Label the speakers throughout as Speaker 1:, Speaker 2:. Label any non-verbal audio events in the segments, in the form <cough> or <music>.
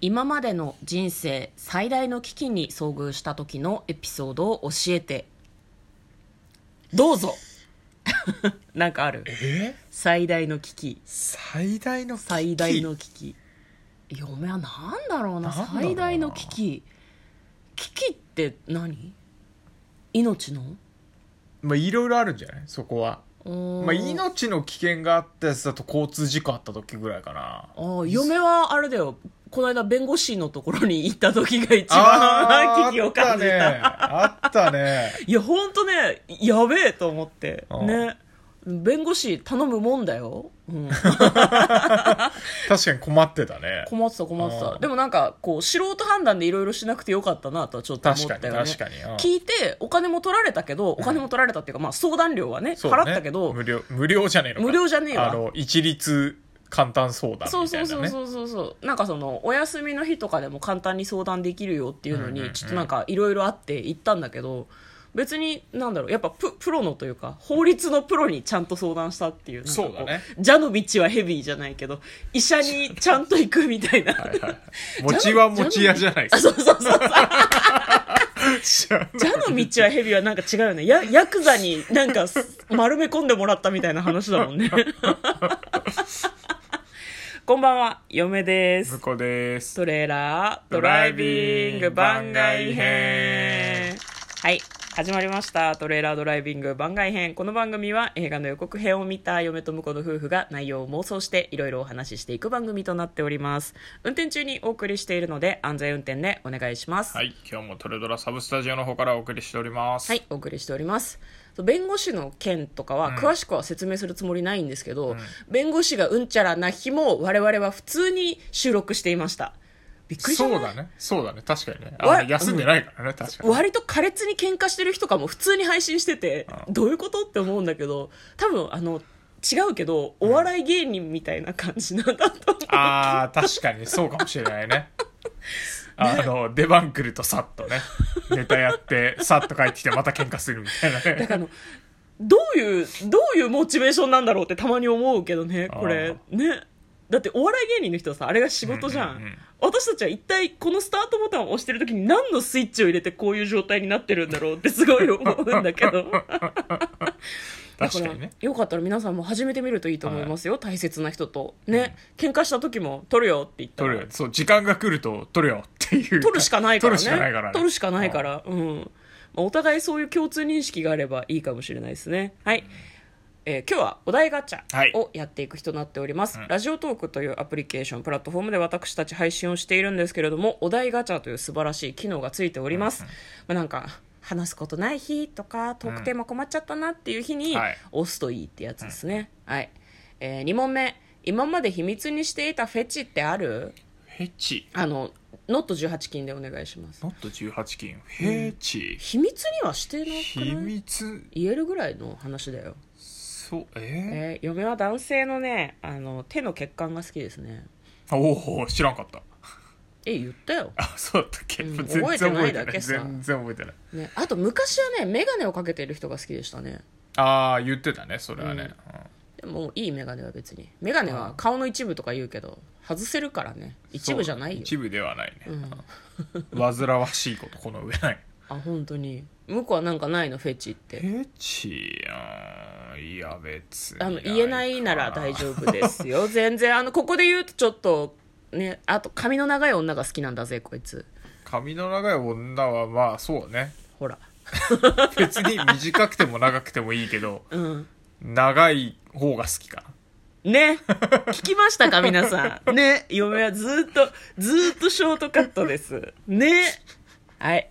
Speaker 1: 今までの人生最大の危機に遭遇した時のエピソードを教えてどう
Speaker 2: <laughs>
Speaker 1: ぞなんかある
Speaker 2: え
Speaker 1: 最大の危機
Speaker 2: 最大の危機
Speaker 1: 最大の危機嫁はなんだろうな
Speaker 2: なんだろうな
Speaker 1: 最大の危機危機って何命の
Speaker 2: まあいろいろあるんじゃないそこは、まあ、命の危険があったやつだと交通事故あった時ぐらいかな
Speaker 1: ああ嫁はあれだよこの間弁護士のところに行った時が一
Speaker 2: あー
Speaker 1: 番 <laughs> 危機を感じた
Speaker 2: あったねあったね
Speaker 1: いやほんとねやべえと思って
Speaker 2: あー
Speaker 1: ね弁護士頼むもんだよ、う
Speaker 2: <laughs>
Speaker 1: ん、
Speaker 2: 確かに困ってたね
Speaker 1: 困ってた困って
Speaker 2: あ
Speaker 1: た
Speaker 2: ー
Speaker 1: でもなんかこう素人判断でいろいろしなくてよかったなとはちょっと思
Speaker 2: 確
Speaker 1: っ
Speaker 2: かに
Speaker 1: たよね
Speaker 2: 確かにうん
Speaker 1: 聞いてお金も取られたけどお金も取られたっていうか、まあ、相談料はね
Speaker 2: そう
Speaker 1: 払
Speaker 2: だね
Speaker 1: ったけど
Speaker 2: 無料無料じゃねえのか
Speaker 1: 無料じゃねえわ
Speaker 2: あの一律簡単相談みたいな、
Speaker 1: そう
Speaker 2: ね、
Speaker 1: そうそうそうそうそうなんかそのお休みの日とかでも簡単に相談できるよっていうのに、
Speaker 2: うんうんうん
Speaker 1: ちょっとなんかいろいろあって行ったんだけど別になんだろうやっぱププロのというか法律のプロにちゃんと相談したっていうなんかこ
Speaker 2: そうだね
Speaker 1: 蛇の道はヘビーじゃないけど医者にちゃんと行くみたいな
Speaker 2: はいはい餅は餅屋じゃないで
Speaker 1: あ <laughs> そうそう
Speaker 2: <laughs>
Speaker 1: そう
Speaker 2: すか
Speaker 1: 蛇の道はヘビはなんか違うよねやヤクザになんかす丸め込んでもらったみたいな話だも
Speaker 2: <laughs>
Speaker 1: んねこんばんは嫁です
Speaker 2: 向こうです
Speaker 1: トレーラードライビング番外編はい始まりましたトレーラードライビング番外編この番組は映画の予告編を見た嫁と婿の夫婦が内容を妄想していろいろお話ししていく番組となっております運転中にお送りしているので安全運転でお願いします
Speaker 2: はい今日もトレドラサブスタジオの方からお送りしております
Speaker 1: はい、お送りしております。弁護士の件とかは詳しくは説明するつもりないんですけど、弁護士がうんちゃらな日も我々は普通に収録していました。びっくりし
Speaker 2: そ
Speaker 1: た
Speaker 2: うだねそうだね確かにねあ
Speaker 1: わ
Speaker 2: の休んでないからね確かに
Speaker 1: 割と苛烈に喧嘩してる人かも普通に配信してて、どういうことって思うんだけど、多分あの、違うけど、お笑い芸人みたいな感じなんだと思う。
Speaker 2: あー確かにそうかもし
Speaker 1: <laughs>
Speaker 2: れないねあの出番来るとさっとねネタやってさっと帰ってきてまた喧嘩するみたいなね
Speaker 1: だからあのどういうどういうモチベーションなんだろうってたまに思うけどねこれねだってお笑い芸人の人はさあれが仕事じゃん,、
Speaker 2: うんうんうん
Speaker 1: 私たちは一体このスタートボタンを押してる時に何のスイッチを入れてこういう状態になってるんだろうってすごい思うんだけ
Speaker 2: <laughs>
Speaker 1: どだ
Speaker 2: 確かにね
Speaker 1: らよかったら皆さんも始めてみるといいと思いますよ、大切な人とね、喧嘩した時も「取るよ」って言ったら
Speaker 2: 取るよそう時間が来ると取るよっていう
Speaker 1: 取るしかないからね
Speaker 2: 取るしかないからね
Speaker 1: 取るしかないからうん、まあお互いそういう共通認識があればいいかもしれないですねはい、えー今日はお題ガチ
Speaker 2: はい
Speaker 1: ャをやっていく日となっております、ラジオトークというアプリケーションプラットフォームで私たち配信をしているんですけれどもお題ガチャという素晴らしい機能がついております、まあ、なんか話すことない日とかトークテーマ困っちゃったなっていう日に
Speaker 2: はい
Speaker 1: 押すといいってやつですね、はい、え2問目今まで秘密にしていたフェチってある
Speaker 2: ヘチ
Speaker 1: あのノット18金でお願いします
Speaker 2: ノット18金ヘチ、
Speaker 1: 秘密にはしてな
Speaker 2: 秘
Speaker 1: くない
Speaker 2: 密
Speaker 1: 言えるぐらいの話だよ、
Speaker 2: そうえ
Speaker 1: えー嫁は男性のねあの手の血管が好きですね
Speaker 2: ー、おお知らんかった
Speaker 1: え言ったよ、
Speaker 2: あそうだったっけ、
Speaker 1: うん
Speaker 2: 全
Speaker 1: 覚
Speaker 2: 然覚
Speaker 1: えてない
Speaker 2: えて
Speaker 1: だ
Speaker 2: な
Speaker 1: け
Speaker 2: い
Speaker 1: さ
Speaker 2: 全然覚えてない
Speaker 1: ね、あと昔はね眼鏡をかけてる人が好きでしたね
Speaker 2: ああ言ってたねそれはね、
Speaker 1: でもいい眼鏡は別に眼鏡は顔の一部とか言うけど外せるからね一部じゃない
Speaker 2: そう
Speaker 1: よ
Speaker 2: 一部ではないね、
Speaker 1: ん
Speaker 2: 煩わしいことこの上ない
Speaker 1: あ本当に向こうはなんかないのフェチって
Speaker 2: ヘチやんいや別に
Speaker 1: あの言えないなら大丈夫ですよ全然あのここで言うとちょっとねあと髪の長い女が好きなんだぜこいつ
Speaker 2: 髪の長い女はまあそうね
Speaker 1: ほら
Speaker 2: 別に短くても長くてもいいけど
Speaker 1: うん
Speaker 2: 長い方が好きかな
Speaker 1: ね。聞きましたか、皆さ <laughs> ん。ね。嫁はずーっと、ずーっとショートカットです。ね。はい。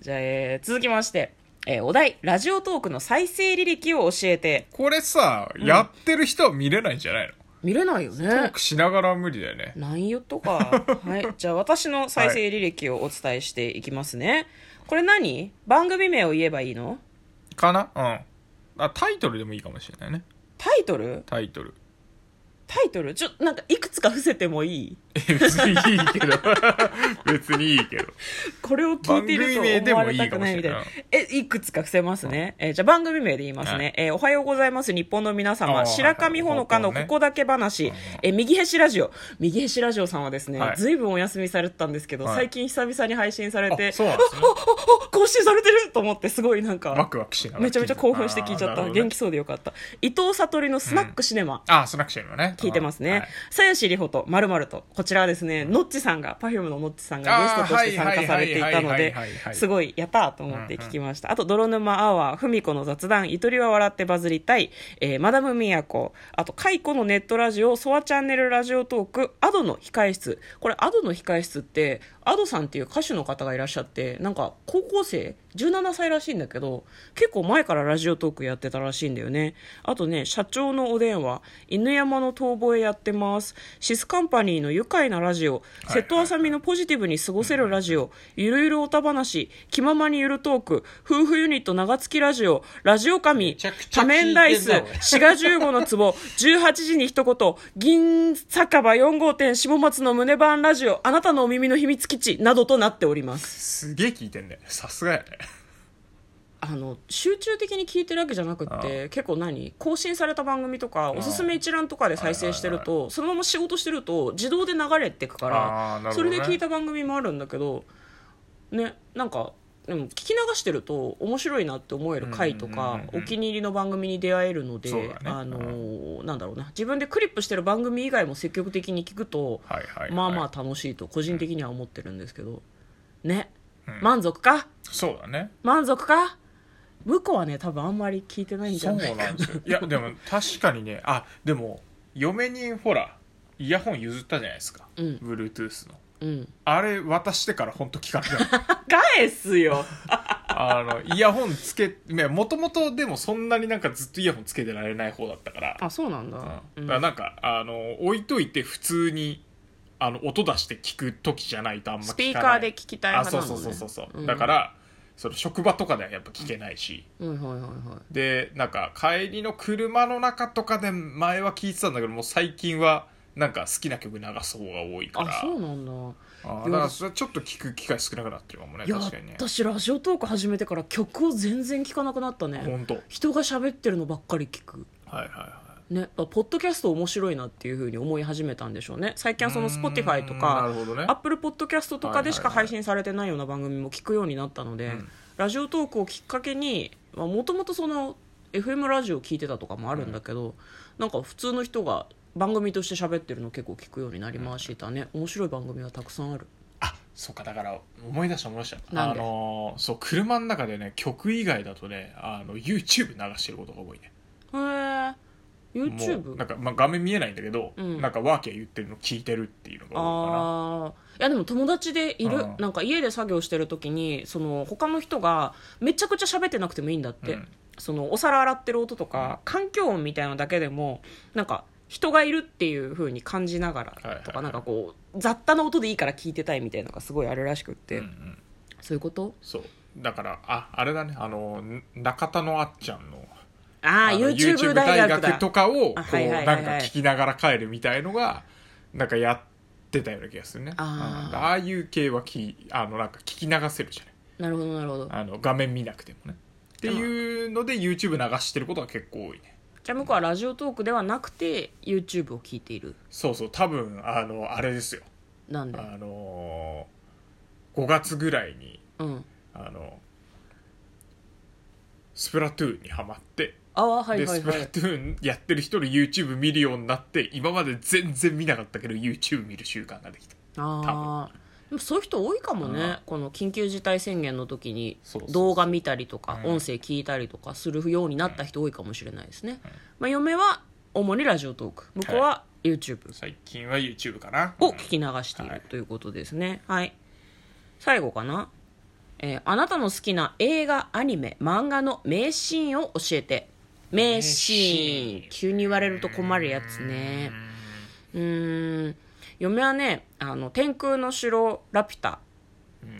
Speaker 1: じゃあ、えー続きまして。えーお題、ラジオトークの再生履歴を教えて。
Speaker 2: これさ、やってる人は見れないんじゃないの
Speaker 1: 見れないよ
Speaker 2: トー
Speaker 1: ね。
Speaker 2: クしながらは無理だよね
Speaker 1: 内容とか。 <laughs> はい。じゃあ、私の再生履歴をお伝えしていきますね。これ何番組名を言えばいいの
Speaker 2: かなうんあタイトルでもいいかもしれないね
Speaker 1: タイトル
Speaker 2: タイトル
Speaker 1: タイトルちょ、なんか、いくつか伏せてもいい
Speaker 2: え別にいいけど <laughs> 別にいいけど
Speaker 1: これを聞いていると思われたくないみたいな
Speaker 2: 番組名でもいいかもし
Speaker 1: えいくつか伏せますね、えーじゃあ番組名で言いますね、えーおはようございます日本の皆
Speaker 2: あ
Speaker 1: 様
Speaker 2: ー
Speaker 1: 白神ほのかの
Speaker 2: はいは
Speaker 1: こ
Speaker 2: い
Speaker 1: こだけ話、えー右へしラジオ右へしラジオさんはですね、
Speaker 2: はい
Speaker 1: ずいぶんお休みされてたんですけど、
Speaker 2: はい
Speaker 1: 最近久々に配信されて
Speaker 2: あそうなんですね
Speaker 1: ああ更新されてると思ってすごいなん
Speaker 2: ワ
Speaker 1: か
Speaker 2: クワクしながら
Speaker 1: めちゃめちゃ興奮して聞いちゃった、元気そうでよかった伊藤悟りのスナックシネマ、
Speaker 2: あーなるほどねあースナックシェルのね
Speaker 1: 聞いてます
Speaker 2: うん
Speaker 1: ね
Speaker 2: はい。
Speaker 1: さやしりほと、まるまると、こちらはですね、ノッチさんが、パフュームのノッチさんがゲストとして
Speaker 2: あー
Speaker 1: 参
Speaker 2: はい
Speaker 1: 加されていたの
Speaker 2: はいはい
Speaker 1: で
Speaker 2: はいはいは、い
Speaker 1: すごい、やったーと思って聞きました。あと、泥沼アワー、ふみこの雑談、ゆとりは笑ってバズりたい、えーマダムみやこ、あと、カイコのネットラジオ、ソワチャンネルラジオトーク、アドの控え室。これ、アドの控え室って、アドさんっていう歌手の方がいらっしゃって、なんか、高校生、17歳らしいんだけど、結構前からラジオトークやってたらしいんだよね。あとね、社長のお電話、犬山の遠吠えやってます。シスカンパニーの愉快なラジオ、
Speaker 2: い
Speaker 1: 瀬戸あさみのポジティブに過ごせるラジオ、ゆるゆるおた話、気ままにゆるトーク、夫婦ユニット長月ラジオ、ラジオ神
Speaker 2: ちゃく、ちゃ聞いてんな
Speaker 1: 多面ダイス
Speaker 2: おい、
Speaker 1: 滋賀15の壺、18時に一言、銀酒場4号店下松の胸バーンラジオ、あなたのお耳の秘密基地、などとなっております。
Speaker 2: すげえ聞いてんねさすがやね
Speaker 1: あの集中的に聞いてるわけじゃなくって結構何更新された番組とかおすすめ一覧とかで再生してると、そのまま仕事してると自動で流れてくか
Speaker 2: あー
Speaker 1: ら、
Speaker 2: なるほ
Speaker 1: そ
Speaker 2: ど
Speaker 1: れ
Speaker 2: ね
Speaker 1: で聞いた番組もあるんだけどねなんかでも聞き流してると面白いなって思える回と
Speaker 2: うんうん
Speaker 1: か
Speaker 2: うん、う
Speaker 1: お
Speaker 2: ん
Speaker 1: 気に入りの番組に出会えるので、
Speaker 2: そうだね
Speaker 1: あのーなんだろうな自分でクリップしてる番組以外も積極的に聞くと、
Speaker 2: はいはい、はい、
Speaker 1: まあまあ楽しいと個人的には思ってるんですけどね、満足か
Speaker 2: そうだね
Speaker 1: 満足か向こうはね多分あんまり聞いてないんじ
Speaker 2: そ
Speaker 1: ゃ
Speaker 2: う
Speaker 1: ない
Speaker 2: なんですよ
Speaker 1: <laughs>
Speaker 2: いやでも確かにねあでも嫁にほらイヤホン譲ったじゃないですか、
Speaker 1: うん
Speaker 2: Bluetooth の
Speaker 1: うん
Speaker 2: あれ渡してから本当聞かなくなる
Speaker 1: 返すよ
Speaker 2: <laughs> あのイヤホンつけもともとでもそんなになんかずっとイヤホンつけてられない方だったから
Speaker 1: あそうなん
Speaker 2: うん
Speaker 1: だ,、う
Speaker 2: だ
Speaker 1: ん
Speaker 2: からなんかあの置いといて普通にあの音出して聞く時じゃないとあんま聞
Speaker 1: ス
Speaker 2: かない
Speaker 1: ピーカーで聞きたい
Speaker 2: あ
Speaker 1: 派
Speaker 2: そう
Speaker 1: なの、
Speaker 2: そう
Speaker 1: ね、
Speaker 2: そうそうそう、
Speaker 1: ん
Speaker 2: だからその職場とかではやっぱ聞けないし、
Speaker 1: はいはいはいはい
Speaker 2: でなんか帰りの車の中とかで前は聞いてたんだけどもう最近はなんか好きな曲流す方が多いから
Speaker 1: あそうなんだ
Speaker 2: あーだからそれはちょっと聞く機会少なくなってるかもね
Speaker 1: いや
Speaker 2: 確かにね
Speaker 1: 私ラジオトーク始めてから曲を全然聞かなくなったね
Speaker 2: 本当はい
Speaker 1: 人が喋ってるのばっかり聞く
Speaker 2: はいは
Speaker 1: ね、ポッドキャスト面白いなっていうふうに思い始めたんでしょうね最近はその
Speaker 2: うーん
Speaker 1: Spotify と
Speaker 2: な
Speaker 1: か
Speaker 2: るほどね
Speaker 1: Apple Podcast とかでしか
Speaker 2: はいはいはい
Speaker 1: 配信されてないような番組も聞くようになったので、
Speaker 2: うん
Speaker 1: ラジオトークをきっかけにもともとその FM ラジオ聞いてたとかもあるんだけど、なんか普通の人が番組として喋ってるの結構聞くようになりましたね、面白い番組はたくさんある
Speaker 2: あそうかだから思い出した思い出した
Speaker 1: なん
Speaker 2: あ
Speaker 1: で
Speaker 2: のーそう車の中でね曲以外だとねあの YouTube 流してることが多いね
Speaker 1: へえ
Speaker 2: もう
Speaker 1: YouTube
Speaker 2: なんか、まあ、画面見えないんだけど、
Speaker 1: うん
Speaker 2: なんかワーキャー言ってるの聞いてるっていうのが多いかな
Speaker 1: あーいやでも友達でいる、
Speaker 2: うん
Speaker 1: なんか家で作業してる時にその他の人がめちゃくちゃ喋ってなくてもいいんだって、
Speaker 2: うん
Speaker 1: そのお皿洗ってる音とか、環境音みたいなのだけでもなんか人がいるっていう風に感じながらとか、
Speaker 2: はいはいはい
Speaker 1: なんかこう雑多な音でいいから聞いてたいみたいなのがすごいあるらしくって、
Speaker 2: うんうん
Speaker 1: そういうこと
Speaker 2: そうだからああれだねあのん中田のあっちゃんの
Speaker 1: ああ
Speaker 2: あの
Speaker 1: YouTube 大学だ
Speaker 2: とかをこ
Speaker 1: あは
Speaker 2: う
Speaker 1: いはいはい
Speaker 2: な
Speaker 1: はい
Speaker 2: んか聞きながら帰るみたいのがなんかやってたような気がするね
Speaker 1: あー
Speaker 2: うんああいう系はきあのなんか聞き流せるじゃない
Speaker 1: なるほどなるほど
Speaker 2: あの画面見なくてもねっていうので YouTube 流してることが結構多いね
Speaker 1: じゃあ向こうはラジオトークではなくて YouTube を聞いている
Speaker 2: そうそう多分あのあれですよ
Speaker 1: なんで
Speaker 2: あのー、5月ぐらいに
Speaker 1: うん
Speaker 2: あのスプラトゥーンにハマって
Speaker 1: ああはい
Speaker 2: で
Speaker 1: はい
Speaker 2: スプ
Speaker 1: は
Speaker 2: ラ
Speaker 1: い
Speaker 2: トゥーンやってる人の YouTube 見るようになって今まで全然見なかったけど YouTube 見る習慣ができた
Speaker 1: ああでもそういう人多いかもね、
Speaker 2: うん
Speaker 1: この緊急事態宣言の時に
Speaker 2: そうそうそう
Speaker 1: 動画見たりとか
Speaker 2: うん
Speaker 1: 音声聞いたりとかするようになった人多いかもしれないですね、まあ、嫁は主にラジオトーク向こうは YouTube
Speaker 2: 最近は YouTube かな
Speaker 1: を聞き流してい
Speaker 2: はい
Speaker 1: るということですねはい、最後かな、えーあなたの好きな映画アニメ漫画の名シーンを教えて名シーン急に言われると困るやつねうーん嫁はねあの「天空の城ラピュタ」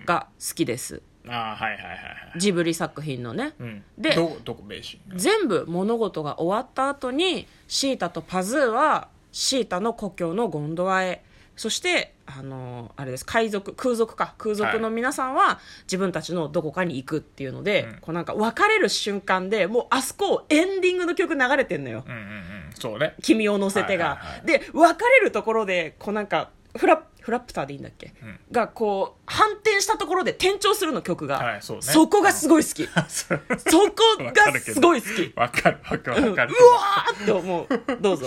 Speaker 1: が好きです
Speaker 2: うんああはいはいはいはい、
Speaker 1: ジブリ作品のね、
Speaker 2: うん、
Speaker 1: で
Speaker 2: どこどこ名シーン
Speaker 1: 全部物事が終わった後にシータとパズーはシータの故郷のゴンドワへそしてあのあれです海賊空賊か空賊の皆さんは自分たちのどこかに行くっていうので、
Speaker 2: うん
Speaker 1: こうなんか別れる瞬間でもうあそこをエンディングの曲流れてんのよ、
Speaker 2: うんうんうんそうね <laughs>
Speaker 1: 君を乗せてが、
Speaker 2: はいはいはい
Speaker 1: で別れるところでこうなんかフラッフラップターでいいんだっけ、
Speaker 2: うん
Speaker 1: がこう反転したところで転調するの曲が、
Speaker 2: はいそうね
Speaker 1: こがすごい好き、
Speaker 2: そう
Speaker 1: そこがすごい好き
Speaker 2: わかるわかる
Speaker 1: うん
Speaker 2: わ
Speaker 1: うわ
Speaker 2: かる
Speaker 1: ーって思うどうぞ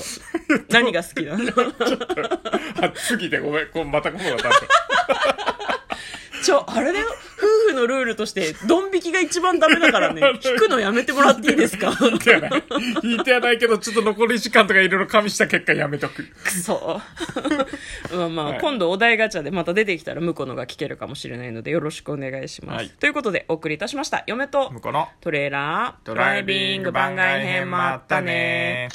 Speaker 1: 何が好きなの
Speaker 2: <laughs> あ次でごめんこうまたこうだった
Speaker 1: ちょあれだよ夫婦のルールとしてドン引きが一番ダメだからね引くのやめてもらっていいです
Speaker 2: <laughs>
Speaker 1: か
Speaker 2: 引いてはない引いてはないけどちょっと残り時間とかいろいろ加味した結果やめとく
Speaker 1: くそ <laughs> まあまあ、
Speaker 2: はい
Speaker 1: 今度お題ガチャでまた出てきたら向こうのが聞けるかもしれないのでよろしくお願いします、
Speaker 2: はい
Speaker 1: ということでお送りいたしました嫁と
Speaker 2: 向こうの
Speaker 1: トレーラード
Speaker 2: ドライビング番外編もあったね